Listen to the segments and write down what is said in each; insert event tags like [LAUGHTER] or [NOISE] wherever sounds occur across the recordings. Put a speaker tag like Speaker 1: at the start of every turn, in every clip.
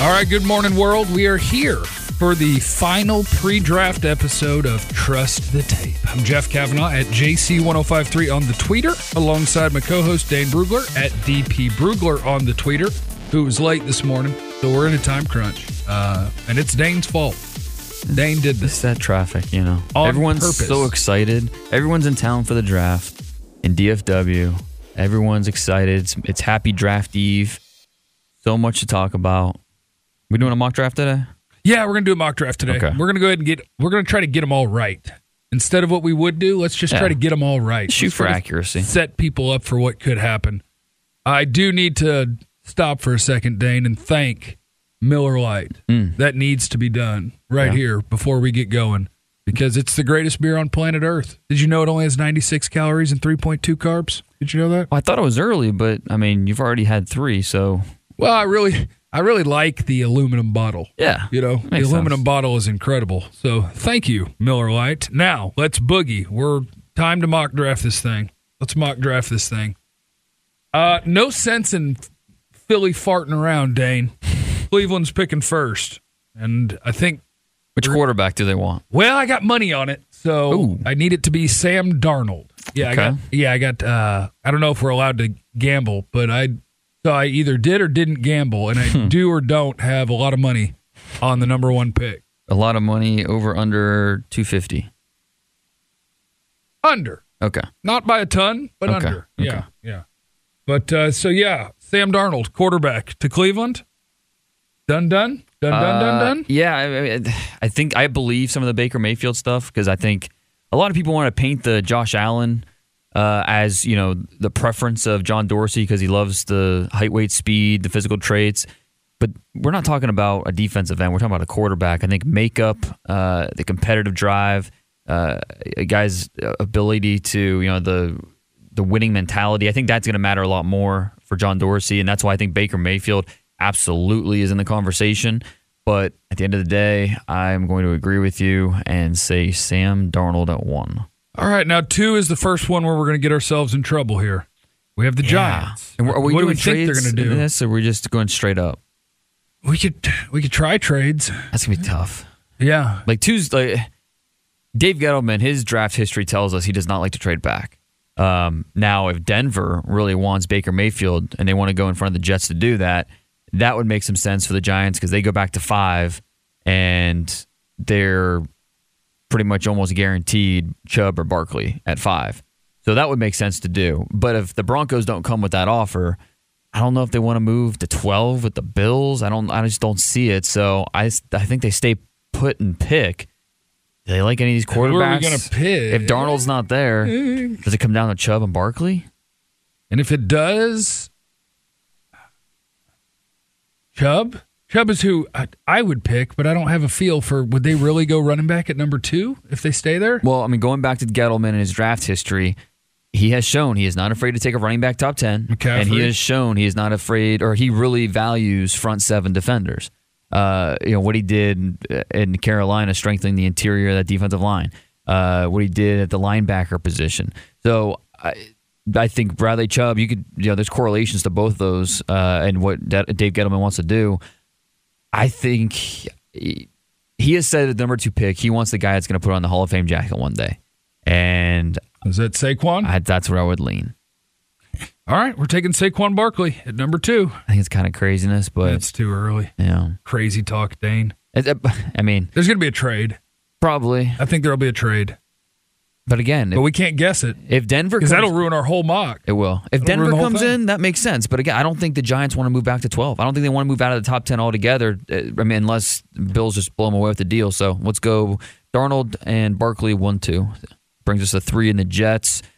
Speaker 1: All right, good morning, world. We are here for the final pre draft episode of Trust the Tape. I'm Jeff Kavanaugh at JC1053 on the Twitter, alongside my co host Dane Brugler at DP Brugler on the Twitter, who was late this morning. So we're in a time crunch, uh, and it's Dane's fault. Dane did this.
Speaker 2: It's that traffic, you know.
Speaker 1: On
Speaker 2: Everyone's
Speaker 1: purpose.
Speaker 2: so excited. Everyone's in town for the draft in DFW. Everyone's excited. It's, it's happy draft eve. So much to talk about. We doing a mock draft today?
Speaker 1: Yeah, we're gonna do a mock draft today.
Speaker 2: Okay.
Speaker 1: We're gonna go ahead and get. We're gonna try to get them all right instead of what we would do. Let's just
Speaker 2: Yeah.
Speaker 1: try to get them all right.
Speaker 2: Shoot
Speaker 1: Let's
Speaker 2: for
Speaker 1: try to
Speaker 2: accuracy.
Speaker 1: Set people up for what could happen. I do need to stop for a second, Dane, and thank Miller Lite. That needs to be done right
Speaker 2: Yeah.
Speaker 1: here before we get going because it's the greatest beer on planet Earth. Did you know it only has 96 calories and 3.2 carbs? Did you know that?
Speaker 2: Well, I thought it was early, but I mean, you've already had three, so
Speaker 1: Well, I really, I really like the aluminum bottle.
Speaker 2: yeah.
Speaker 1: You know, the
Speaker 2: Makes
Speaker 1: aluminum
Speaker 2: sense.
Speaker 1: bottle is incredible. So thank you, Miller Lite. Now let's boogie. We're time to mock draft this thing. Let's mock draft this thing. Uh, no sense in Philly farting around,
Speaker 2: [LAUGHS]
Speaker 1: Dane. Cleveland's picking first, and I think.
Speaker 2: Which quarterback do they want?
Speaker 1: Well, I got money on it, so
Speaker 2: Ooh.
Speaker 1: I need it to be Sam Darnold. Yeah, I
Speaker 2: Okay.
Speaker 1: got. Yeah, I got. Uh, I don't know if we're allowed to gamble, but I so I either did or didn't gamble, and I
Speaker 2: Hmm.
Speaker 1: do or don't have a lot of money on the number one pick.
Speaker 2: A lot of money over under 250.
Speaker 1: Under.
Speaker 2: Okay.
Speaker 1: Not by a ton, but
Speaker 2: Okay,
Speaker 1: under.
Speaker 2: okay.
Speaker 1: Yeah. Yeah. But uh, so yeah, Sam Darnold, quarterback to Cleveland. Done done. Done done
Speaker 2: Uh,
Speaker 1: done done.
Speaker 2: Yeah, I, I- I think I believe some of the Baker Mayfield stuff because I think a lot of people want to paint the Josh Allen uh, as you know the preference of John Dorsey because he loves the height, weight, speed, the physical traits. But we're not talking about a defensive end. We're talking about a quarterback. I think makeup, uh, the competitive drive, uh, a guy's uh, ability to you know the the winning mentality. I think that's going to matter a lot more for John Dorsey, and that's why I think Baker Mayfield absolutely is in the conversation. But at the end of the day, I'm going to agree with you and say Sam Darnold at one.
Speaker 1: Uh, All right, now two is the first one where we're going to get ourselves in trouble here. We have the Giants.
Speaker 2: And are we
Speaker 1: what
Speaker 2: doing
Speaker 1: do we think they're
Speaker 2: trades
Speaker 1: going to
Speaker 2: in
Speaker 1: do?
Speaker 2: This, or we're just going straight up.
Speaker 1: We could we could try trades.
Speaker 2: That's going to be tough.
Speaker 1: Yeah.
Speaker 2: Like Tuesday, like, Dave Gettleman, his draft history tells us he does not like to trade back. Um, now, if Denver really wants Baker Mayfield and they want to go in front of the Jets to do that, that would make some sense for the Giants because they go back to five and they're pretty much almost guaranteed Chubb or Barkley at five. So that would make sense to do. But if the Broncos don't come with that offer, I don't know if they want to move to 12 with the Bills. I don't. I just don't see it. So I, s- I think they stay put and pick. Do they like any of these
Speaker 1: are we
Speaker 2: quarterbacks?
Speaker 1: gonna pick?
Speaker 2: If Darnold's not there, does it come down to Chubb and Barkley?
Speaker 1: And if it does, Chubb. Chubb is who I, I would pick, but I don't have a feel for would they really go running back at number two if they stay there?
Speaker 2: Well, I mean, going back to Gettleman and his draft history, he has shown he is not afraid to take a running back top 10.
Speaker 1: McCaffrey.
Speaker 2: And he has shown he is not afraid, or he really values front seven defenders. Uh, you know, what he did in Carolina, strengthening the interior of that defensive line, uh, what he did at the linebacker position. So I, I think Bradley Chubb, you could, you know, there's correlations to both those uh, and what that Dave Gettleman wants to do. I think he, he has said at the number two pick, he wants the guy that's going to put on the Hall of Fame jacket one day. And
Speaker 1: Is that Saquon?
Speaker 2: I, that's where I would lean.
Speaker 1: All right, we're taking Saquon Barkley at number two.
Speaker 2: I think it's kind of craziness, but
Speaker 1: That's too early.
Speaker 2: you know,
Speaker 1: Crazy talk, Dane.
Speaker 2: It- it- I mean,
Speaker 1: There's going to be a trade.
Speaker 2: probably.
Speaker 1: I think there'll be a trade,
Speaker 2: But again,
Speaker 1: but
Speaker 2: if,
Speaker 1: we can't guess it
Speaker 2: if Denver
Speaker 1: because
Speaker 2: comes,
Speaker 1: that'll ruin our whole mock.
Speaker 2: it will. If
Speaker 1: it'll
Speaker 2: Denver
Speaker 1: ruin the whole
Speaker 2: comes
Speaker 1: thing.
Speaker 2: in, that makes sense. But again, I don't think the Giants want to move back to twelve. I don't think they want to move out of the top ten altogether. uh, I mean, unless Bills just blow them away with the deal. So let's go Darnold and Barkley one two brings us a three in the Jets.
Speaker 1: Mm-hmm.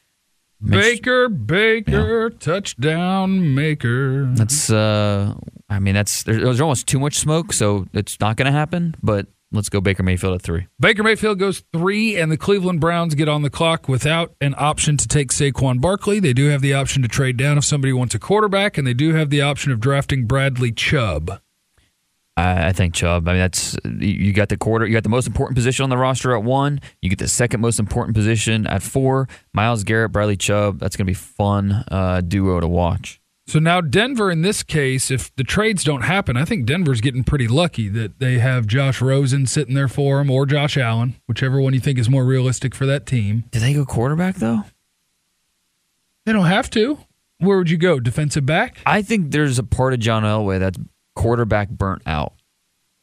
Speaker 2: Makes-
Speaker 1: Baker, Baker, touchdown maker.
Speaker 2: That's uh, I mean, that's there's, there's almost too much smoke, so it's not going to happen. But let's go Baker Mayfield at three.
Speaker 1: Baker Mayfield goes three, and the Cleveland Browns get on the clock without an option to take Saquon Barkley. They do have the option to trade down if somebody wants a quarterback, and they do have the option of drafting Bradley Chubb.
Speaker 2: I, I think Chubb. I mean, that's you got the quarter. You got the most important position on the roster at one. You get the second most important position at four. Miles Garrett, Bradley Chubb. That's going to be fun uh, duo to watch.
Speaker 1: So now Denver, in this case, if the trades don't happen, I think Denver's getting pretty lucky that they have Josh Rosen sitting there for them or Josh Allen, whichever one you think is more realistic for that team.
Speaker 2: Do they go quarterback though?
Speaker 1: They don't have to. Where would you go? Defensive back?
Speaker 2: I think there's a part of John Elway that's quarterback burnt out.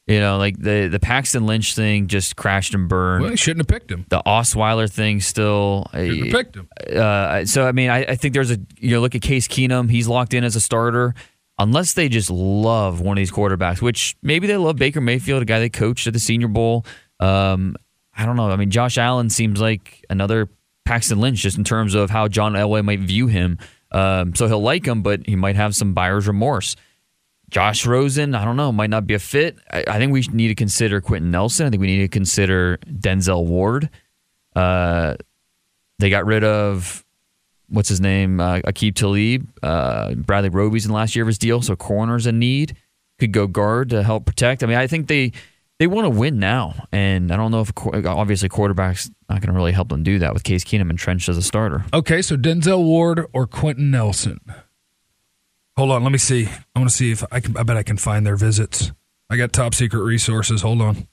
Speaker 2: You know, like the the Paxton Lynch thing just crashed and burned.
Speaker 1: Well, you shouldn't have picked him.
Speaker 2: the Osweiler thing still. eh,
Speaker 1: Shouldn't have picked him.
Speaker 2: Uh, so I mean, I, I think there's a you know, look at Case Keenum. He's locked in as a starter, unless they just love one of these quarterbacks, which maybe they love Baker Mayfield, a guy they coached at the Senior Bowl. Um, I don't know. I mean, Josh Allen seems like another Paxton Lynch, just in terms of how John Elway might view him. Um, so he'll like him, but he might have some buyer's remorse. Josh Rosen, I don't know, might not be a fit. I, I think we need to consider Quentin Nelson. I think we need to consider Denzel Ward. Uh, they got rid of what's his name, uh, Akib Talib, uh, Bradley Roby's in last year of his deal. So corners a need could go guard to help protect. I mean, I think they they want to win now, and I don't know if qu- obviously quarterbacks not going to really help them do that with Case Keenum entrenched as a starter.
Speaker 1: Okay, so Denzel Ward or Quentin Nelson. Hold on, let me see. I want to see if I can. I bet I can find their visits. I got top secret resources. Hold on.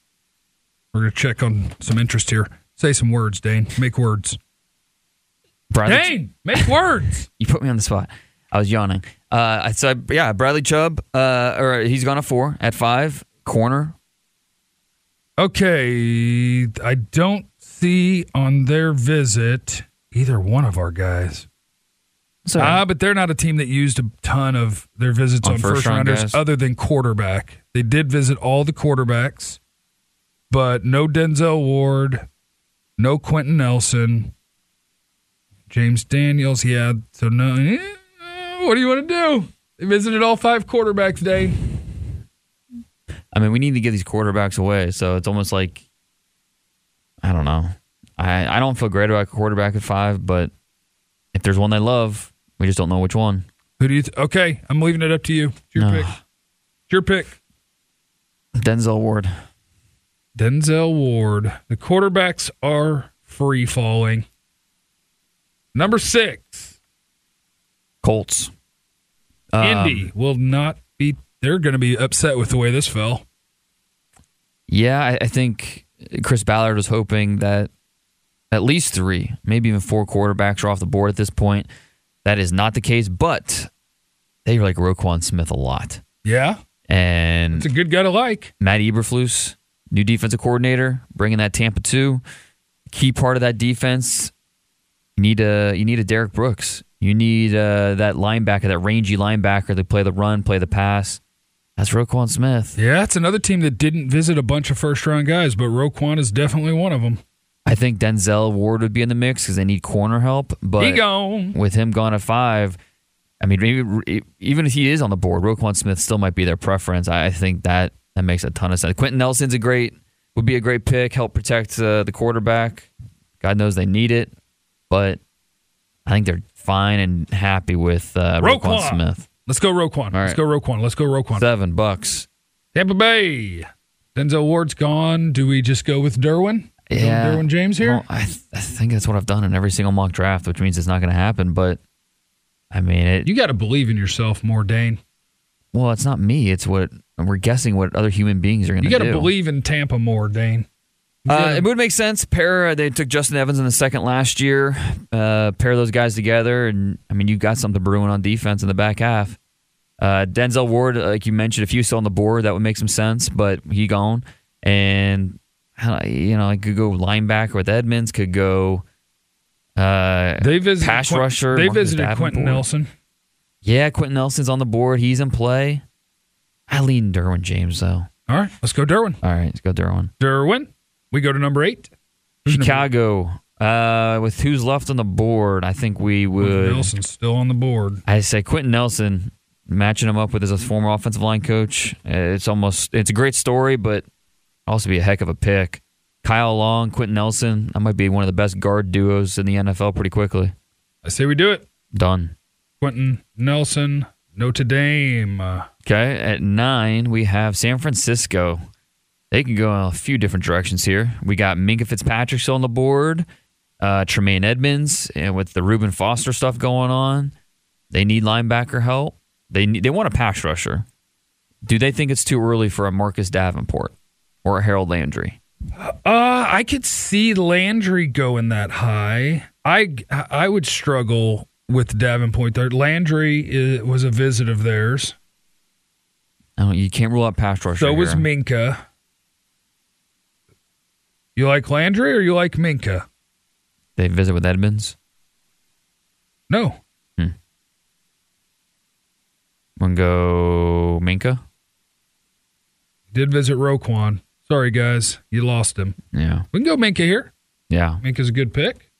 Speaker 1: We're gonna check on some interest here. Say some words, Dane. Make words.
Speaker 2: Bradley,
Speaker 1: Dane, make words.
Speaker 2: you put me on the spot. I was yawning. Uh, I said, yeah, Bradley Chubb, uh, or he's gone to four at five corner.
Speaker 1: [LAUGHS] Okay, I don't see on their visit either one of our guys.
Speaker 2: So
Speaker 1: Ah, but they're not a team that used a ton of their visits on,
Speaker 2: On
Speaker 1: first,
Speaker 2: first-round
Speaker 1: rounders
Speaker 2: guys.
Speaker 1: other than quarterback. They did visit all the quarterbacks, but no Denzel Ward, no Quentin Nelson, James Daniels. Yeah, so no. eh, What do you want to do? They visited all five quarterbacks, Dane.
Speaker 2: I mean, we need to give these quarterbacks away. So it's almost like, I don't know. I, I don't feel great about quarterback at five, but if there's one they love, we just don't know which one.
Speaker 1: Who do you? Th- okay, I'm leaving it up to you. It's your
Speaker 2: No.
Speaker 1: pick. It's your pick.
Speaker 2: Denzel Ward.
Speaker 1: Denzel Ward. The quarterbacks are free falling. Number six,
Speaker 2: Colts. Um,
Speaker 1: Indy will not be. They're going to be upset with the way this fell.
Speaker 2: Yeah, I, I think Chris Ballard was hoping that at least three, maybe even four quarterbacks are off the board at this point. That is not the case, but they like Roquan Smith a lot.
Speaker 1: Yeah,
Speaker 2: And
Speaker 1: it's a good guy to like.
Speaker 2: Matt Eberflus, new defensive coordinator, bringing that Tampa two. Key part of that defense. You need a you need a Derek Brooks. You need uh, that linebacker, that rangy linebacker that play the run, play the pass. That's Roquan Smith.
Speaker 1: Yeah, it's another team that didn't visit a bunch of first round guys, but Roquan is definitely one of them.
Speaker 2: I think Denzel Ward would be in the mix because they need corner help. But
Speaker 1: he gone.
Speaker 2: with him gone at five, I mean, maybe e, even if he is on the board, Roquan Smith still might be their preference. I I think that that makes a ton of sense. Quentin Nelson's a great would be a great pick, help protect uh, the quarterback. God knows they need it, but I think they're fine and happy with uh, Roquan.
Speaker 1: Roquan.
Speaker 2: Smith.
Speaker 1: Let's go Roquan.
Speaker 2: All
Speaker 1: Let's
Speaker 2: right.
Speaker 1: go Roquan. Let's go Roquan.
Speaker 2: Seven bucks.
Speaker 1: Tampa Bay. Denzel Ward's gone. Do we just go with Derwin? Go with
Speaker 2: Yeah,
Speaker 1: Derwin James here.
Speaker 2: Well, I, I think that's what I've done in every single mock draft, which means it's not going to happen. But I mean, it,
Speaker 1: You got to believe in yourself more, Dane.
Speaker 2: well, it's not me. It's what we're guessing what other human beings are going to
Speaker 1: You
Speaker 2: do.
Speaker 1: got to believe in Tampa more, Dane.
Speaker 2: Uh, it would make sense. Pair they took Justin Evans in the second last year. Uh, pair those guys together, and I mean you've got something brewing on defense in the back half. Uh, Denzel Ward, like you mentioned, if you still on the board, that would make some sense, but he gone. And I don't- you know, I could go linebacker with Edmonds. Could go. Uh,
Speaker 1: They visited
Speaker 2: pass
Speaker 1: Quin-
Speaker 2: rusher.
Speaker 1: They
Speaker 2: Marcus
Speaker 1: visited Quentin
Speaker 2: Davenport.
Speaker 1: Nelson.
Speaker 2: Yeah, Quentin Nelson's on the board. He's in play. I lean Derwin James though.
Speaker 1: All right, let's go Derwin.
Speaker 2: All right, let's go Derwin.
Speaker 1: Derwin. We go to number eight. Who's number-
Speaker 2: Chicago. Uh, with who's left on the board, I think we would.
Speaker 1: Nelson's still on the board.
Speaker 2: I say Quentin Nelson matching him up with his former offensive line coach. uh, It's almost it's a great story, but also be a heck of a pick. Kyle Long, Quentin Nelson, that might be one of the best guard duos in the NFL pretty quickly.
Speaker 1: I say we do it.
Speaker 2: Done.
Speaker 1: Quentin Nelson, Notre Dame. Uh,
Speaker 2: Okay, at nine we have San Francisco. They can go in a few different directions here. We got Minka Fitzpatrick still on the board, uh, Tremaine Edmonds, and with the Reuben Foster stuff going on, they need linebacker help. They need, they want a pass rusher. Do they think it's too early for a Marcus Davenport or a Harold Landry?
Speaker 1: Uh, I could see Landry going that high. I I would struggle with Davenport there. Landry i was a visit of theirs.
Speaker 2: I don't, you can't rule out pass rusher.
Speaker 1: So was
Speaker 2: here.
Speaker 1: Minka. You like Landry or you like Minka?
Speaker 2: They visit with Edmonds.
Speaker 1: No.
Speaker 2: One go Minka.
Speaker 1: Did visit Roquan. Sorry guys, you lost him.
Speaker 2: Yeah,
Speaker 1: We can go Minka here.
Speaker 2: yeah.
Speaker 1: Minka's a good pick.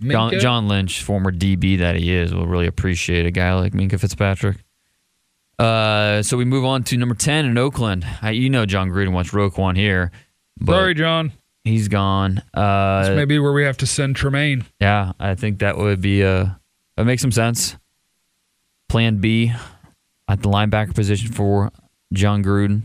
Speaker 2: John,
Speaker 1: Minka?
Speaker 2: John Lynch, former DB that he is, will really appreciate a guy like Minka Fitzpatrick. Uh, so we move on to number 10 in Oakland. I, you know John Gruden wants Roquan here, but
Speaker 1: Sorry, John.
Speaker 2: he's gone.
Speaker 1: That's
Speaker 2: Uh,
Speaker 1: maybe where we have to send Tremaine.
Speaker 2: yeah, I think that would be uh that makes some sense. Plan B at the linebacker position for John Gruden.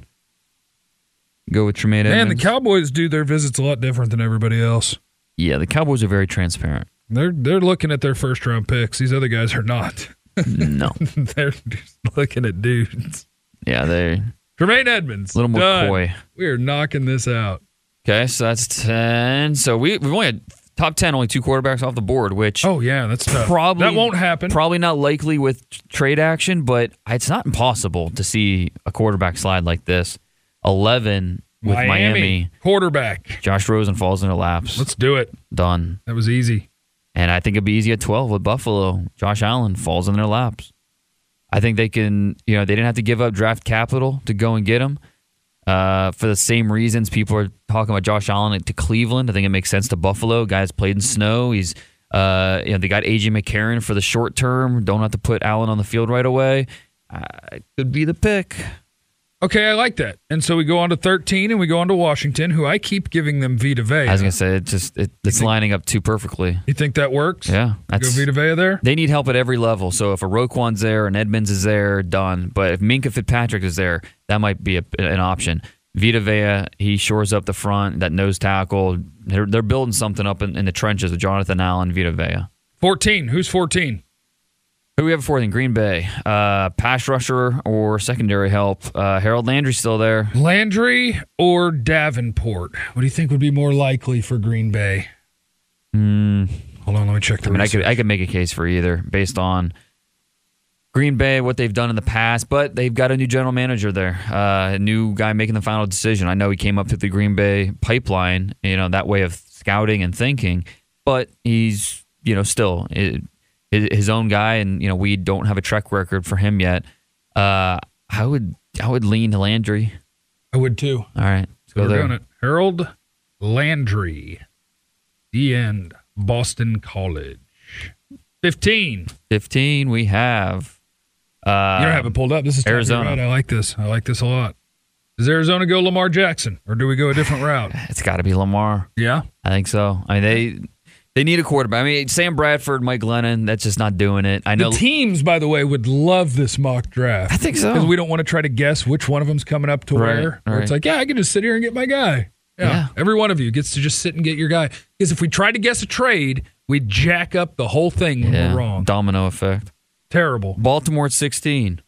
Speaker 2: Go with Tremaine
Speaker 1: Man, the
Speaker 2: Edmonds.
Speaker 1: Cowboys do their visits a lot different than everybody else.
Speaker 2: yeah, the Cowboys are very
Speaker 1: [LAUGHS]
Speaker 2: transparent.
Speaker 1: They're they're looking at their first round picks. These other guys are not. [LAUGHS]
Speaker 2: no,
Speaker 1: they're just looking at dudes.
Speaker 2: yeah, they're a
Speaker 1: Tremaine Edmonds.
Speaker 2: little more
Speaker 1: done.
Speaker 2: coy.
Speaker 1: We are knocking this out.
Speaker 2: Okay, so that's ten. So we we've only had top ten, only two quarterbacks off the board, which
Speaker 1: Oh yeah, that's tough.
Speaker 2: probably
Speaker 1: that won't happen.
Speaker 2: Probably not likely with t- trade action, but it's not impossible to see a quarterback slide like this. Eleven with Miami,
Speaker 1: quarterback.
Speaker 2: Josh Rosen falls into laps.
Speaker 1: Let's do it.
Speaker 2: Done,
Speaker 1: That was easy.
Speaker 2: and I think it'd be easy at twelve with Buffalo. Josh Allen falls in their laps. I think they can. You know, they didn't have to give up draft capital to go and get him. Uh, for the same reasons people are talking about Josh Allen to Cleveland. I think it makes sense to Buffalo. Guys played in snow. He's uh, you know, they got AJ McCarron for the short term. Don't have to put Allen on the field right away. Uh, could be the pick.
Speaker 1: Okay, I like that. And so we go on to thirteen, and we go on to Washington, who I keep giving them Vita Vea.
Speaker 2: I was gonna say it just it, it's lining up too perfectly.
Speaker 1: you think that works?
Speaker 2: Yeah,
Speaker 1: Go
Speaker 2: that's
Speaker 1: Vita Vea there.
Speaker 2: they need help at every level. So if a Roquan's there and Edmonds is there, done. But if Minka Fitzpatrick is there, that might be a, an option. Vita Vea, he shores up the front, that nose tackle. They're, they're building something up in, in the trenches with Jonathan Allen, Vita Vea.
Speaker 1: Fourteen. Who's fourteen?
Speaker 2: Who do we have fourth in Green Bay? Uh, pass rusher or secondary help? Uh, Harold Landry's still there.
Speaker 1: Landry or Davenport? What do you think would be more likely for Green Bay? Hold on, let me check the.
Speaker 2: Hmm. I mean, I
Speaker 1: research.
Speaker 2: could I could make a case for either based on Green Bay, what they've done in the past, but they've got a new general manager there, uh, a new guy making the final decision. I know he came up through the Green Bay pipeline, you know that way of scouting and thinking, but he's you know still i- i- his own guy, and you know we don't have a track record for him yet. Uh, I would I would lean to Landry.
Speaker 1: I would too.
Speaker 2: All right, let's
Speaker 1: So
Speaker 2: go
Speaker 1: we're
Speaker 2: there.
Speaker 1: doing it. Harold Landry, the end, Boston College. 15.
Speaker 2: 15 we have uh
Speaker 1: you don't have it pulled up. This is
Speaker 2: Arizona.
Speaker 1: Right. I like this. I like this a lot. Does Arizona go Lamar Jackson or do we go a different
Speaker 2: [LAUGHS]
Speaker 1: route?
Speaker 2: it's got to be lamar
Speaker 1: Yeah.
Speaker 2: i think so i mean they they need a quarterback i mean sam bradford mike glennon that's just not doing it i
Speaker 1: The
Speaker 2: know
Speaker 1: teams, by the way, would love this mock draft.
Speaker 2: I think so.
Speaker 1: Because we don't want to try to guess which one of them's coming up to
Speaker 2: Oh. Right,
Speaker 1: where. Where It's
Speaker 2: right.
Speaker 1: like, yeah, I can just sit here and get my guy. Yeah.
Speaker 2: Yeah.
Speaker 1: Every one of you gets to just sit and get your guy. Because if we try to guess a trade, we jack up the whole thing when
Speaker 2: yeah,
Speaker 1: we're wrong.
Speaker 2: domino effect
Speaker 1: Terrible.
Speaker 2: baltimore at 16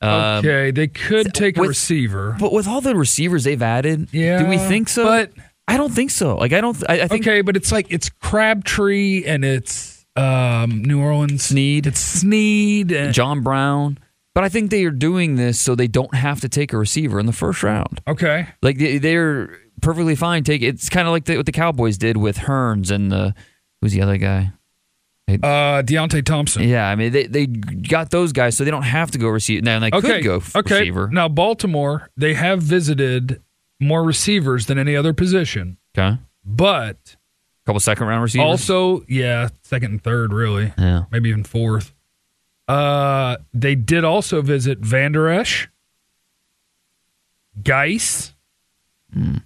Speaker 2: Um,
Speaker 1: Okay, they could take a
Speaker 2: with-
Speaker 1: receiver.
Speaker 2: but with all the receivers they've added
Speaker 1: Yeah,
Speaker 2: do we think so
Speaker 1: but-
Speaker 2: i don't think so like i don't i, I think
Speaker 1: okay, but it's like it's Crabtree and it's um, New Orleans.
Speaker 2: Sneed.
Speaker 1: It's Sneed. And,
Speaker 2: john brown but i think they are doing this so they don't have to take a receiver in the first round
Speaker 1: okay,
Speaker 2: Like they, they're perfectly fine. Take it's kind of like the, what the Cowboys did with Hearns and the who's the other guy?
Speaker 1: uh, Deontay Thompson.
Speaker 2: Yeah, I mean they they got those guys, so they don't have to go receive. Now they
Speaker 1: okay,
Speaker 2: could go f-
Speaker 1: okay.
Speaker 2: receiver.
Speaker 1: Now Baltimore, they have visited more receivers than any other position,
Speaker 2: Okay,
Speaker 1: but
Speaker 2: couple second round receivers.
Speaker 1: also yeah, second and third really,
Speaker 2: yeah,
Speaker 1: maybe even fourth. Uh, they did also visit Vander Esch, Geis,
Speaker 2: Hmm.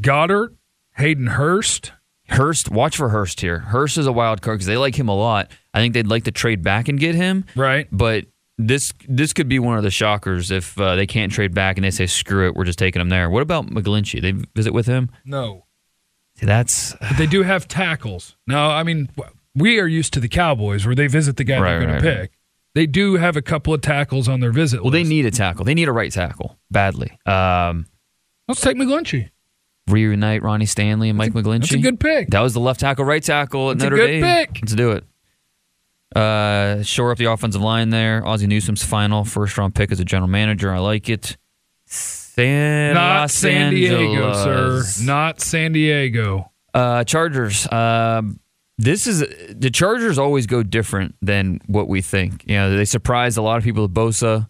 Speaker 1: Goddard, Hayden Hurst.
Speaker 2: Hurst, watch for Hurst here. Hurst is a wild card because they like him a lot. I think they'd like to trade back and get him.
Speaker 1: Right.
Speaker 2: But this this could be one of the shockers if uh, they can't trade back and they say screw it, we're just taking him there. What about McGlinchey? They visit with him.
Speaker 1: No.
Speaker 2: See, that's
Speaker 1: But they do have tackles. No, I mean, w- we are used to the Cowboys where they visit the guy
Speaker 2: Right,
Speaker 1: they're going
Speaker 2: right,
Speaker 1: to
Speaker 2: right.
Speaker 1: pick. They do have a couple of tackles on their visit.
Speaker 2: well, they
Speaker 1: list.
Speaker 2: need a tackle. They need a right tackle badly. Um,
Speaker 1: Let's take McGlinchey.
Speaker 2: reunite Ronnie Stanley and Mike McGlinchey.
Speaker 1: That's a good pick.
Speaker 2: That was the left tackle, right tackle at
Speaker 1: That's a
Speaker 2: Notre
Speaker 1: good
Speaker 2: Dame.
Speaker 1: pick.
Speaker 2: Let's do it. Uh, shore up the offensive line there. Ozzie Newsom's final first round pick as a general manager. I like it. San
Speaker 1: Not
Speaker 2: Los
Speaker 1: San Diego, sir.
Speaker 2: Angeles.
Speaker 1: Not San Diego.
Speaker 2: Uh, Chargers. Um, this is the Chargers always go different than what we think. You know, they surprised a lot of people with Bosa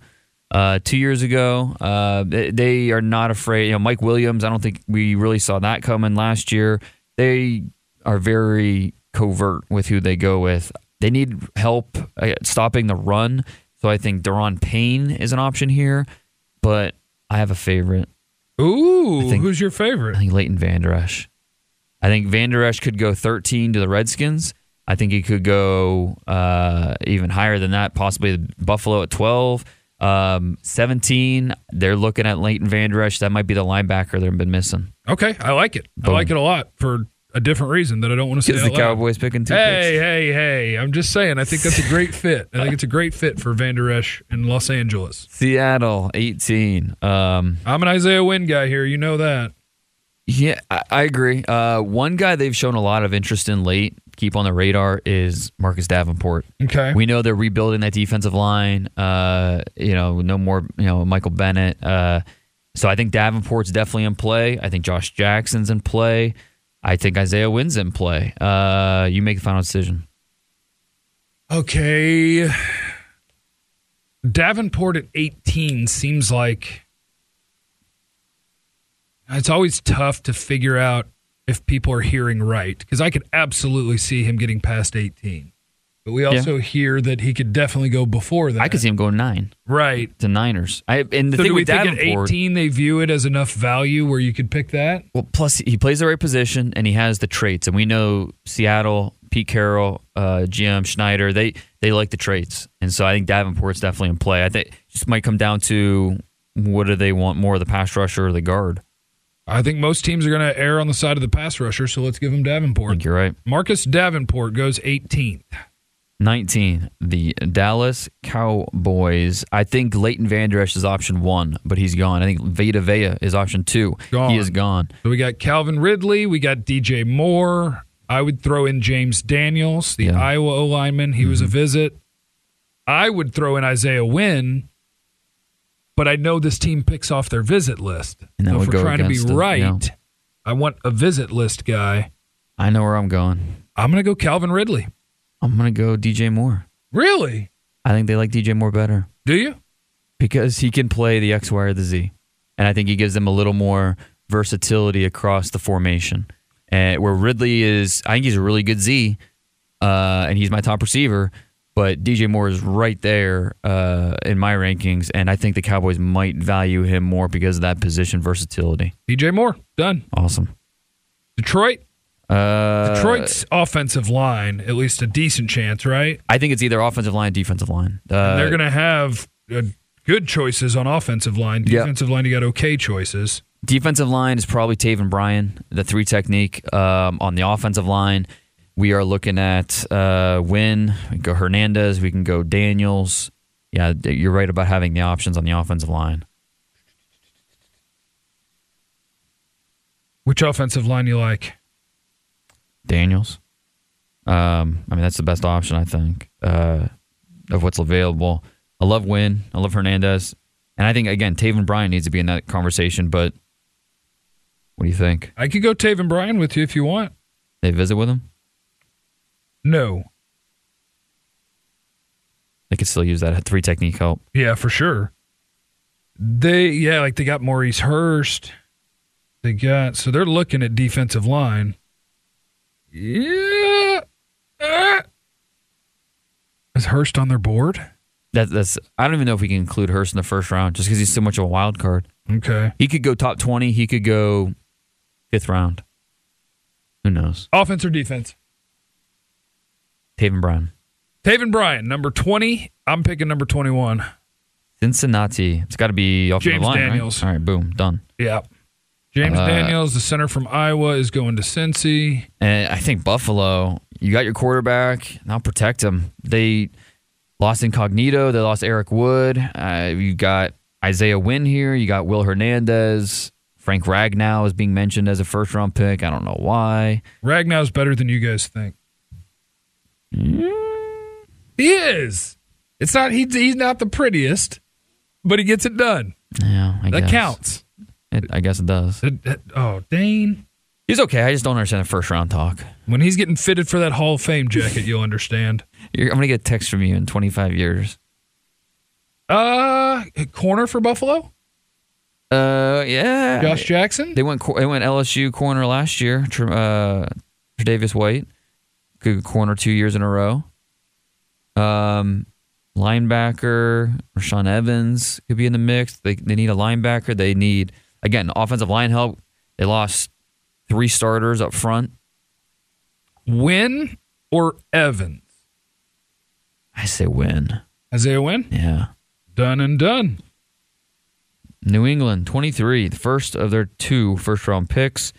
Speaker 2: uh, two years ago. Uh, they, they are not afraid. You know, Mike Williams. I don't think we really saw that coming last year. They are very covert with who they go with. They need help uh, stopping the run. So I think Deron Payne is an option here, but I have a favorite.
Speaker 1: Ooh,
Speaker 2: I think-
Speaker 1: who's your
Speaker 2: I
Speaker 1: favorite?
Speaker 2: think Leighton Vander Esch. I think Vander Esch could go 13 to the Redskins. I think he could go uh, even higher than that, possibly Buffalo at 12. Um, 17, they're looking at Leighton Vander Esch. That might be the linebacker they've been missing.
Speaker 1: Okay, I like it. I
Speaker 2: Boom.
Speaker 1: like it a lot for a different reason that I don't want to say.
Speaker 2: Because the
Speaker 1: out loud.
Speaker 2: Cowboys picking two
Speaker 1: Hey,
Speaker 2: picks.
Speaker 1: hey, hey! I'm just saying. I think that's a great fit. I think it's a great fit for Vander Esch in Los Angeles.
Speaker 2: Seattle, 18. Um,
Speaker 1: I'm an Isaiah Wynn guy here. You know that.
Speaker 2: Yeah, I, I agree. Uh, one guy they've shown a lot of interest in late, keep on the radar, is Marcus Davenport.
Speaker 1: Okay.
Speaker 2: We know they're rebuilding that defensive line. Uh, you know, no more, you know, Michael Bennett. Uh, so I think Davenport's definitely in play. I think Josh Jackson's in play. I think Isaiah Wynn's in play. Uh, you make the final decision.
Speaker 1: Okay. Davenport at 18 seems like it's always tough to figure out if people are hearing right because I could absolutely see him getting past 18. But we also hear that he could definitely go before that.
Speaker 2: I could see him going nine
Speaker 1: Right.
Speaker 2: to Niners. I and the
Speaker 1: So
Speaker 2: thing
Speaker 1: do we
Speaker 2: with
Speaker 1: think at
Speaker 2: Davenport,
Speaker 1: 18 they view it as enough value where you could pick that?
Speaker 2: Well, plus he plays the right position and he has the traits, and we know Seattle, Pete Carroll, uh, GM Schneider, they they like the traits, and so I think Davenport's definitely in play. I think it just might come down to what do they want more, the pass rusher or the guard?
Speaker 1: I think most teams are going to err on the side of the pass rusher, so let's give him
Speaker 2: I think
Speaker 1: Davenport.
Speaker 2: you're right.
Speaker 1: Marcus Davenport goes 18th.
Speaker 2: 19, the Dallas Cowboys. I think Leighton Vander Esch is option one, but he's gone. I think Veda Vea is option two.
Speaker 1: Gone.
Speaker 2: He is gone.
Speaker 1: So we got Calvin Ridley, we got DJ Moore. I would throw in James Daniels, the
Speaker 2: Yeah. Mm-hmm.
Speaker 1: Iowa O lineman. He was a visit. I would throw in Isaiah Wynn, but I know this team picks off their visit list.
Speaker 2: And that
Speaker 1: so if
Speaker 2: would
Speaker 1: we're
Speaker 2: go
Speaker 1: trying to be
Speaker 2: against it,
Speaker 1: right,
Speaker 2: yeah.
Speaker 1: I want a visit list guy.
Speaker 2: I know where I'm going.
Speaker 1: I'm going to go Calvin Ridley.
Speaker 2: I'm going to go DJ Moore.
Speaker 1: Really?
Speaker 2: I think they like DJ Moore better.
Speaker 1: Do you?
Speaker 2: because he can play the X, Y, or the Z, and I think he gives them a little more versatility across the formation. And where Ridley is, I think he's a really good Z, uh, and he's my top receiver. But DJ Moore is right there uh, in my rankings, and I think the Cowboys might value him more because of that position versatility.
Speaker 1: DJ Moore, done.
Speaker 2: Awesome.
Speaker 1: Detroit.
Speaker 2: Uh,
Speaker 1: Detroit's offensive line, at least a decent chance, right?
Speaker 2: I think it's either offensive line, defensive line. Uh,
Speaker 1: And they're going to have uh, good choices on offensive line.
Speaker 2: Yeah.
Speaker 1: Defensive line, you got okay choices.
Speaker 2: Defensive line is probably Taven Bryan, the three technique. Um, on the offensive line, we are looking at uh, Wynn, we can go Hernandez, we can go Daniels. Yeah, th- you're right about having the options on the offensive line.
Speaker 1: Which offensive line you like?
Speaker 2: Daniels. Um, I mean, that's the best option, I think, uh, of what's available. I love Wynn. I love Hernandez. And I think, again, Taven Bryan needs to be in that conversation, but what do you think?
Speaker 1: I could go Taven Bryan with you if you want.
Speaker 2: They visit with him?
Speaker 1: No.
Speaker 2: They could still use that three technique help.
Speaker 1: Yeah, for sure. They yeah, like they got Maurice Hurst. They got so they're looking at defensive line. Yeah. Ah. Is Hurst Uh. on their board?
Speaker 2: That, that's I don't even know if we can include Hurst in the first round just because he's so much of a wild card.
Speaker 1: Okay.
Speaker 2: He could go top twenty. He could go fifth round. Who knows?
Speaker 1: Offense or defense?
Speaker 2: Taven Brown,
Speaker 1: Taven Bryan, number 20. I'm picking number 21.
Speaker 2: Cincinnati. It's got to be offensive
Speaker 1: James
Speaker 2: line, right?
Speaker 1: Daniels.
Speaker 2: All right, boom, done.
Speaker 1: Yeah. James
Speaker 2: Uh,
Speaker 1: Daniels, the center from Iowa, is going to Cincy.
Speaker 2: And I think Buffalo, you got your quarterback. Now protect him. They lost Incognito. They lost Eric Wood. Uh, you got Isaiah Wynn here. You got Will Hernandez. Frank Ragnow is being mentioned as a first round pick. I don't know why.
Speaker 1: Ragnow's better than you guys think. Mm. He is. It's not he, he's not the prettiest, but he gets it done.
Speaker 2: Yeah, I
Speaker 1: That
Speaker 2: guess.
Speaker 1: counts.
Speaker 2: It, I guess it does.
Speaker 1: That- that- oh, Dane.
Speaker 2: He's okay. I just don't understand the first round talk.
Speaker 1: When he's getting fitted for that Hall of Fame jacket, you'll understand.
Speaker 2: You're, I'm gonna get a text from you in 25 years.
Speaker 1: Uh corner for Buffalo?
Speaker 2: Uh, yeah.
Speaker 1: Josh Jackson?
Speaker 2: They went. They went LSU corner last year. Tr- Uh, Davis White, good corner two years in a row. Um, linebacker Rashawn Evans could be in the mix. They they need a linebacker. They need again offensive line help. They lost three starters up front.
Speaker 1: Win or Evans?
Speaker 2: I say win.
Speaker 1: Isaiah Win?
Speaker 2: Yeah.
Speaker 1: Done and done.
Speaker 2: New England, 23, the first of their two first round picks.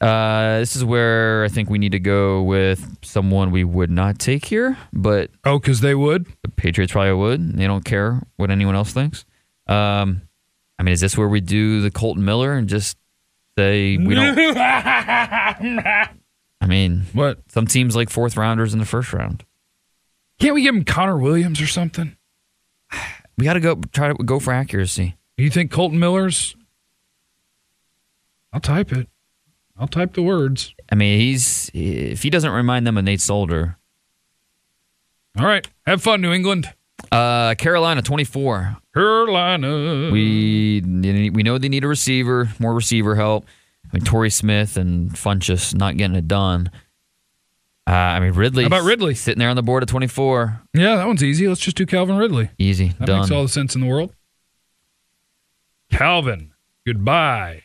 Speaker 2: Uh, this is where I think we need to go with someone we would not take here, but
Speaker 1: Oh, because they would?
Speaker 2: the Patriots probably would. They don't care what anyone else thinks. Um, I mean, is this where we do the Colton Miller and just say we don't? I mean,
Speaker 1: What?
Speaker 2: some teams like fourth rounders in the first round.
Speaker 1: Can't we give him Connor Williams or something?
Speaker 2: We got to go try to go for accuracy.
Speaker 1: Do you think Colton Miller's? I'll type it. I'll type the words.
Speaker 2: I mean, he's if he doesn't remind them of Nate Solder,
Speaker 1: All right. Have fun, New England.
Speaker 2: uh, Carolina 24.
Speaker 1: Carolina.
Speaker 2: We
Speaker 1: Mm-hmm.
Speaker 2: we know they need a receiver, more receiver help. I mean, Torrey Smith and Funchess not getting it done. Uh, I mean, Ridley.
Speaker 1: How about Ridley?
Speaker 2: sitting there on the board at twenty four?
Speaker 1: yeah, that one's easy. Let's just do Calvin Ridley.
Speaker 2: Easy
Speaker 1: That
Speaker 2: done.
Speaker 1: makes all the sense in the world. Calvin, goodbye.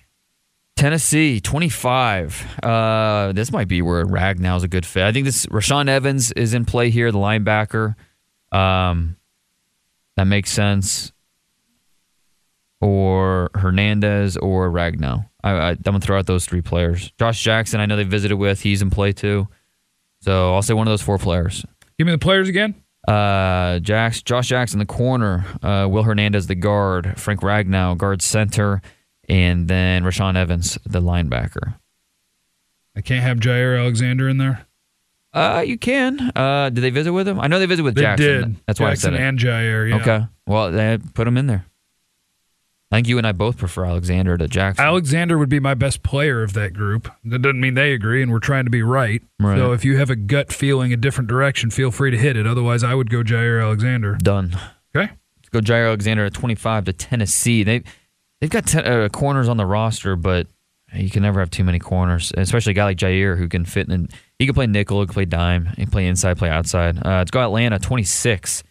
Speaker 2: Tennessee twenty five. Uh, this might be where Ragnow's a good fit. I think this Rashawn Evans is in play here, the linebacker. Um, that makes sense. Or Hernandez or Ragnow. I, I, I'm gonna throw out those three players. Josh Jackson, I know they visited with. He's in play too. So I'll say one of those four players.
Speaker 1: Give me the players again.
Speaker 2: Uh, Jax, Josh Jackson, the corner. Uh, Will Hernandez, the guard. Frank Ragnow, guard center. And then Rashawn Evans, the linebacker.
Speaker 1: I can't have Jair Alexander in there.
Speaker 2: Uh, you can. Uh, did they visit with him? I know they visited with
Speaker 1: They
Speaker 2: Jackson.
Speaker 1: did.
Speaker 2: That's why
Speaker 1: Jackson
Speaker 2: I said it.
Speaker 1: and Jair. Yeah.
Speaker 2: Okay. Well, they put him in there. I think you and I both prefer Alexander to Jackson.
Speaker 1: Alexander would be my best player of that group. That doesn't mean they agree, and we're trying to be right.
Speaker 2: Right.
Speaker 1: So if you have a gut feeling a different direction, feel free to hit it. Otherwise, I would go Jair Alexander.
Speaker 2: Done. Let's
Speaker 1: Okay.
Speaker 2: go Jair Alexander at 25 to Tennessee. They, they've got ten, uh, corners on the roster, but you can never have too many corners, especially a guy like Jair who can fit in. He can play nickel, he can play dime, he can play inside, play outside. Uh, let's go Atlanta, 26.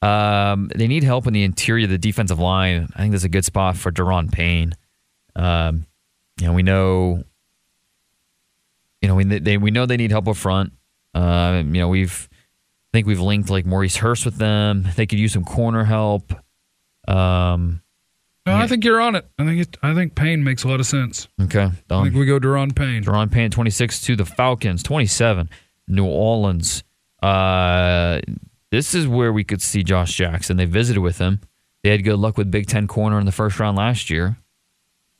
Speaker 2: Um, they need help in the interior of the defensive line. I think that's a good spot for Deron Payne. Um, you know, we know, you know, we they we know they need help up front. Uh, you know, we've I think we've linked like Maurice Hurst with them. They could use some corner help. Um,
Speaker 1: No, I think you're on it. I think it, I think Payne makes a lot of sense.
Speaker 2: okay,
Speaker 1: I think
Speaker 2: done.
Speaker 1: we go Deron Payne.
Speaker 2: Deron Payne, twenty six to the Falcons, twenty seven, New Orleans. Uh, this is where we could see Josh Jackson. They visited with him. They had good luck with Big Ten corner in the first round last year.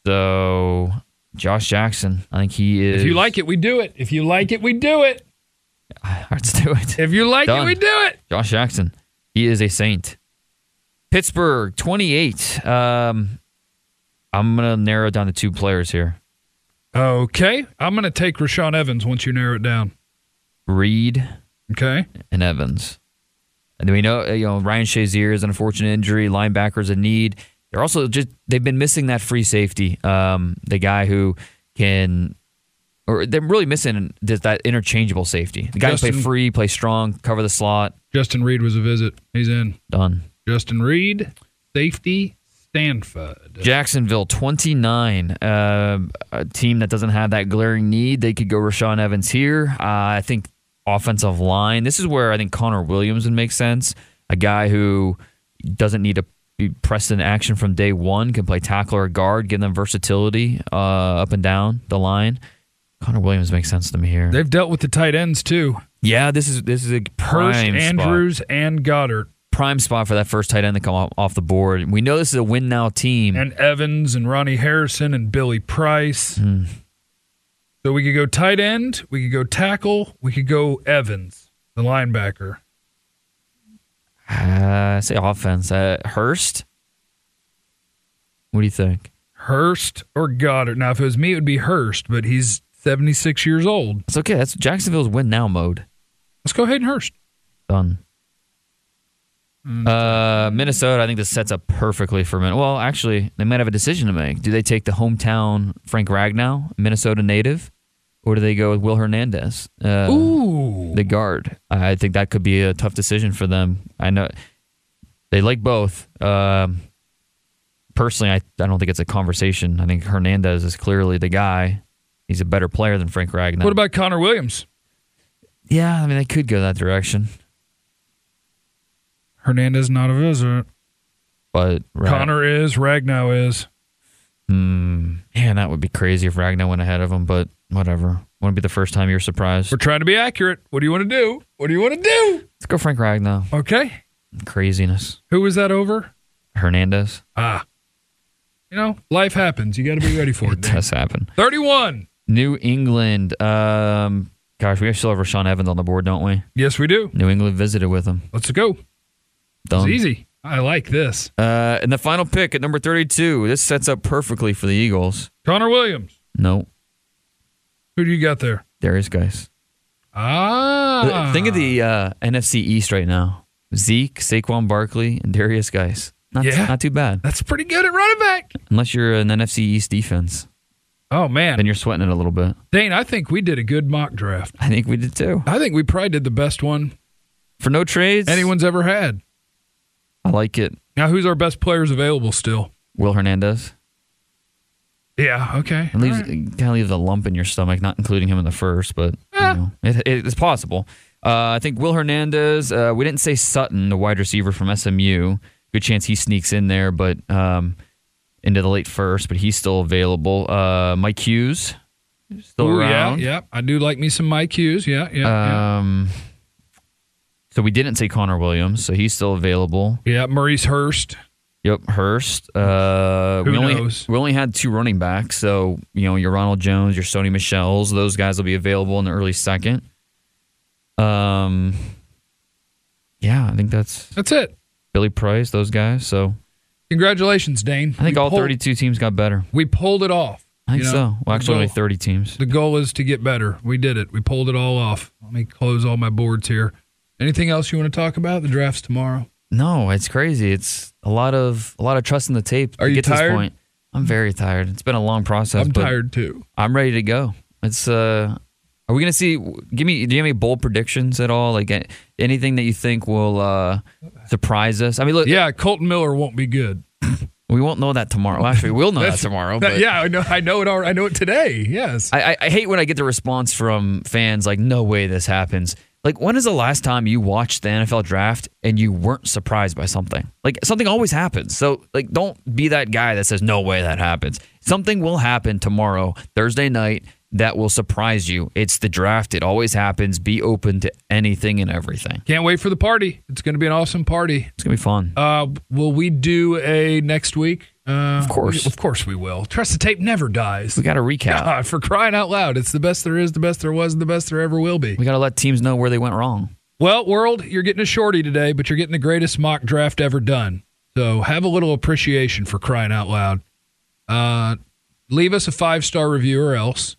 Speaker 2: So Josh Jackson, I think he is.
Speaker 1: If you like it, we do it. If you like it, we do it.
Speaker 2: [LAUGHS] let's do it.
Speaker 1: If you like it,
Speaker 2: Done.
Speaker 1: we do it.
Speaker 2: Josh Jackson. He is a saint. Pittsburgh, 28. Um, I'm going to narrow it down to two players here
Speaker 1: Okay, I'm going to take Rashawn Evans once you narrow it down.
Speaker 2: Reed
Speaker 1: Okay,
Speaker 2: and Evans. And we know, you know, Ryan Shazier is an unfortunate injury. Linebackers in need. They're also just, they've been missing that free safety. Um, the guy who can, or they're really missing this, that interchangeable safety. The guy who can play
Speaker 1: Justin-
Speaker 2: free, play strong, cover the slot.
Speaker 1: Justin Reed was a visit. He's in.
Speaker 2: Done.
Speaker 1: Justin Reed, safety, Stanford.
Speaker 2: Jacksonville, 29, uh, a team that doesn't have that glaring need. They could go Rashawn Evans here. Uh, I think offensive line. This is where I think Connor Williams would make sense. A guy who doesn't need to be pressed in action from day one, can play tackle or guard, give them versatility uh, up and down the line. Connor Williams makes sense to me here.
Speaker 1: They've dealt with the tight ends too.
Speaker 2: yeah, this is this is a
Speaker 1: Hurst,
Speaker 2: prime spot
Speaker 1: Andrews, and Goddard,
Speaker 2: prime spot for that first tight end to come off- off the board. We know this is a win now team.
Speaker 1: and Evans, and Ronnie Harrison, and Billy Price.
Speaker 2: Mm.
Speaker 1: So we could go tight end, we could go tackle, we could go Evans, the linebacker.
Speaker 2: Uh, I say offense. Uh, Hurst. What do you think?
Speaker 1: Hurst or Goddard. Now, if it was me, it would be Hurst, but he's 76 years old.
Speaker 2: It's okay. That's Jacksonville's win now mode.
Speaker 1: Let's go ahead and Hurst.
Speaker 2: Done. Uh, Minnesota. I think this sets up perfectly for Minnesota. Well, actually, they might have a decision to make. Do they take the hometown Frank Ragnow, Minnesota native, or do they go with Will Hernandez, uh,
Speaker 1: Ooh.
Speaker 2: the guard? I think that could be a tough decision for them. I know they like both. Um, personally, I, I don't think it's a conversation. I think Hernandez is clearly the guy. He's a better player than Frank Ragnow.
Speaker 1: What about Connor Williams?
Speaker 2: Yeah, I mean they could go that direction,
Speaker 1: Hernandez not a visit.
Speaker 2: but Rag-
Speaker 1: Connor is, Ragnow is.
Speaker 2: Hmm. Man, that would be crazy if Ragnar went ahead of him, but whatever. Wouldn't be the first time you're surprised.
Speaker 1: We're trying to be accurate. What do you want to do? What do you want to do?
Speaker 2: Let's go Frank Ragnar.
Speaker 1: Okay.
Speaker 2: Craziness.
Speaker 1: Who was that over?
Speaker 2: Hernandez.
Speaker 1: Ah. You know, life happens. You got to be ready for
Speaker 2: [LAUGHS] It
Speaker 1: it. Dan.
Speaker 2: does happen.
Speaker 1: 31.
Speaker 2: New England. Um, gosh, we still have Rashawn Evans on the board, don't we?
Speaker 1: Yes, we do.
Speaker 2: New England visited with him.
Speaker 1: Let's go. It's
Speaker 2: Done.
Speaker 1: easy. I like this.
Speaker 2: Uh, and the final pick at number 32. This sets up perfectly for the Eagles.
Speaker 1: Connor Williams.
Speaker 2: No,
Speaker 1: Who do you got there?
Speaker 2: Darius Geis.
Speaker 1: Ah.
Speaker 2: Think of the uh, NFC East right now. Zeke, Saquon Barkley, and Darius Geis. Not,
Speaker 1: Yeah.
Speaker 2: not too bad.
Speaker 1: That's pretty good at running back.
Speaker 2: Unless you're an NFC East defense.
Speaker 1: Oh, man.
Speaker 2: Then you're sweating it a little bit.
Speaker 1: Dane, I think we did a good mock draft.
Speaker 2: I think we did too.
Speaker 1: I think we probably did the best one
Speaker 2: For no trades,
Speaker 1: anyone's ever had.
Speaker 2: I like it.
Speaker 1: Now, who's our best players available still?
Speaker 2: Will Hernandez.
Speaker 1: Yeah, okay.
Speaker 2: It leaves kind of leaves a lump in your stomach, not including him in the first, but you
Speaker 1: Eh.
Speaker 2: know, it, it, it's possible. Uh, I think Will Hernandez. Uh, we didn't say Sutton, the wide receiver from SMU. Good chance he sneaks in there, but um, into the late first, but he's still available. Uh, Mike Hughes still
Speaker 1: Ooh, yeah,
Speaker 2: around.
Speaker 1: yeah. I do like me some Mike Hughes. Yeah, yeah,
Speaker 2: Um, so we didn't say Connor Williams, so he's still available.
Speaker 1: yeah. Yeah, Maurice Hurst.
Speaker 2: Yep, Hurst. Uh,
Speaker 1: Who
Speaker 2: we only
Speaker 1: knows?
Speaker 2: we only had two running backs, so you know your Ronald Jones, your Sony Michelle's, those guys will be available in the early second. Um, yeah, I think that's
Speaker 1: That's it.
Speaker 2: Billy Price, those guys. So
Speaker 1: Congratulations, Dane.
Speaker 2: I think
Speaker 1: We
Speaker 2: all
Speaker 1: pulled-
Speaker 2: thirty-two teams got better.
Speaker 1: We pulled it off.
Speaker 2: I think
Speaker 1: you know?
Speaker 2: so. Well, actually, only
Speaker 1: The goal-
Speaker 2: thirty teams.
Speaker 1: The goal is to get better. We did it. We pulled it all off. Let me close all my boards here. Anything else you want to talk about? The draft's tomorrow.
Speaker 2: No, it's crazy. It's a lot of a lot of trust in the tape.
Speaker 1: Are
Speaker 2: to
Speaker 1: you
Speaker 2: get To
Speaker 1: tired?
Speaker 2: this point. I'm very tired. It's been a long process.
Speaker 1: I'm
Speaker 2: but
Speaker 1: tired too.
Speaker 2: I'm ready to go. It's uh, are we gonna see? Give me. Do you have any bold predictions at all? Like a- anything that you think will uh surprise us? I mean, look,
Speaker 1: Yeah, Colton Miller won't be good.
Speaker 2: we won't know that tomorrow. Well,
Speaker 1: [LAUGHS]
Speaker 2: actually, we'll know that
Speaker 1: That's-
Speaker 2: tomorrow.
Speaker 1: That-
Speaker 2: But
Speaker 1: yeah, I know. I know it. All, I know it today. Yes.
Speaker 2: I, I, I hate when I get the response from fans like, "No way this happens." Like, when is the last time you watched the NFL draft and you weren't surprised by something? Like, something always happens. So, like, don't be that guy that says, "No way that happens." Something will happen tomorrow, Thursday night, that will surprise you. It's the draft. It always happens. Be open to anything and everything.
Speaker 1: Can't wait for the party. It's going to be an awesome party.
Speaker 2: It's gonna be fun.
Speaker 1: Uh, will we do a next week? Uh, of
Speaker 2: course.
Speaker 1: of course we will. Trust the tape never dies.
Speaker 2: we got to recap.
Speaker 1: God, for crying out loud, it's the best there is, the best there was, and the best there ever will be.
Speaker 2: We got to let teams know where they went wrong.
Speaker 1: Well, world, you're getting a shorty today, but you're getting the greatest mock draft ever done. So have a little appreciation for crying out loud. Uh, leave us a five star review or else.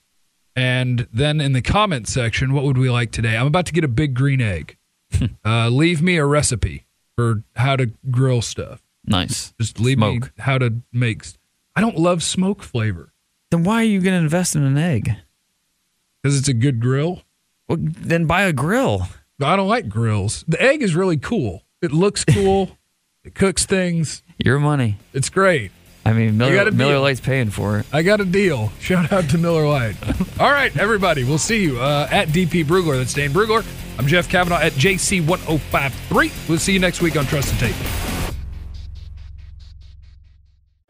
Speaker 1: And then in the comment section, what would we like today? I'm about to get a big green egg. uh, leave me a recipe for how to grill stuff.
Speaker 2: Nice.
Speaker 1: Just leave me
Speaker 2: Smoke.
Speaker 1: how to make. s- I don't love smoke flavor
Speaker 2: Then why are you gonna invest in an egg?
Speaker 1: because it's a good grill.
Speaker 2: Well, then buy a grill.
Speaker 1: I don't like grills. The egg is really cool. It looks cool. it cooks things.
Speaker 2: Your money.
Speaker 1: It's great.
Speaker 2: I mean, Miller,
Speaker 1: gotta be-
Speaker 2: Miller Lite's paying for it.
Speaker 1: I got a deal. [LAUGHS] Shout out to Miller Lite. [LAUGHS] All right, everybody. We'll see you uh, at DP Brugler. That's Dan Brugler. I'm Jeff Kavanaugh at JC1053. We'll see you next week on Trust and Tape.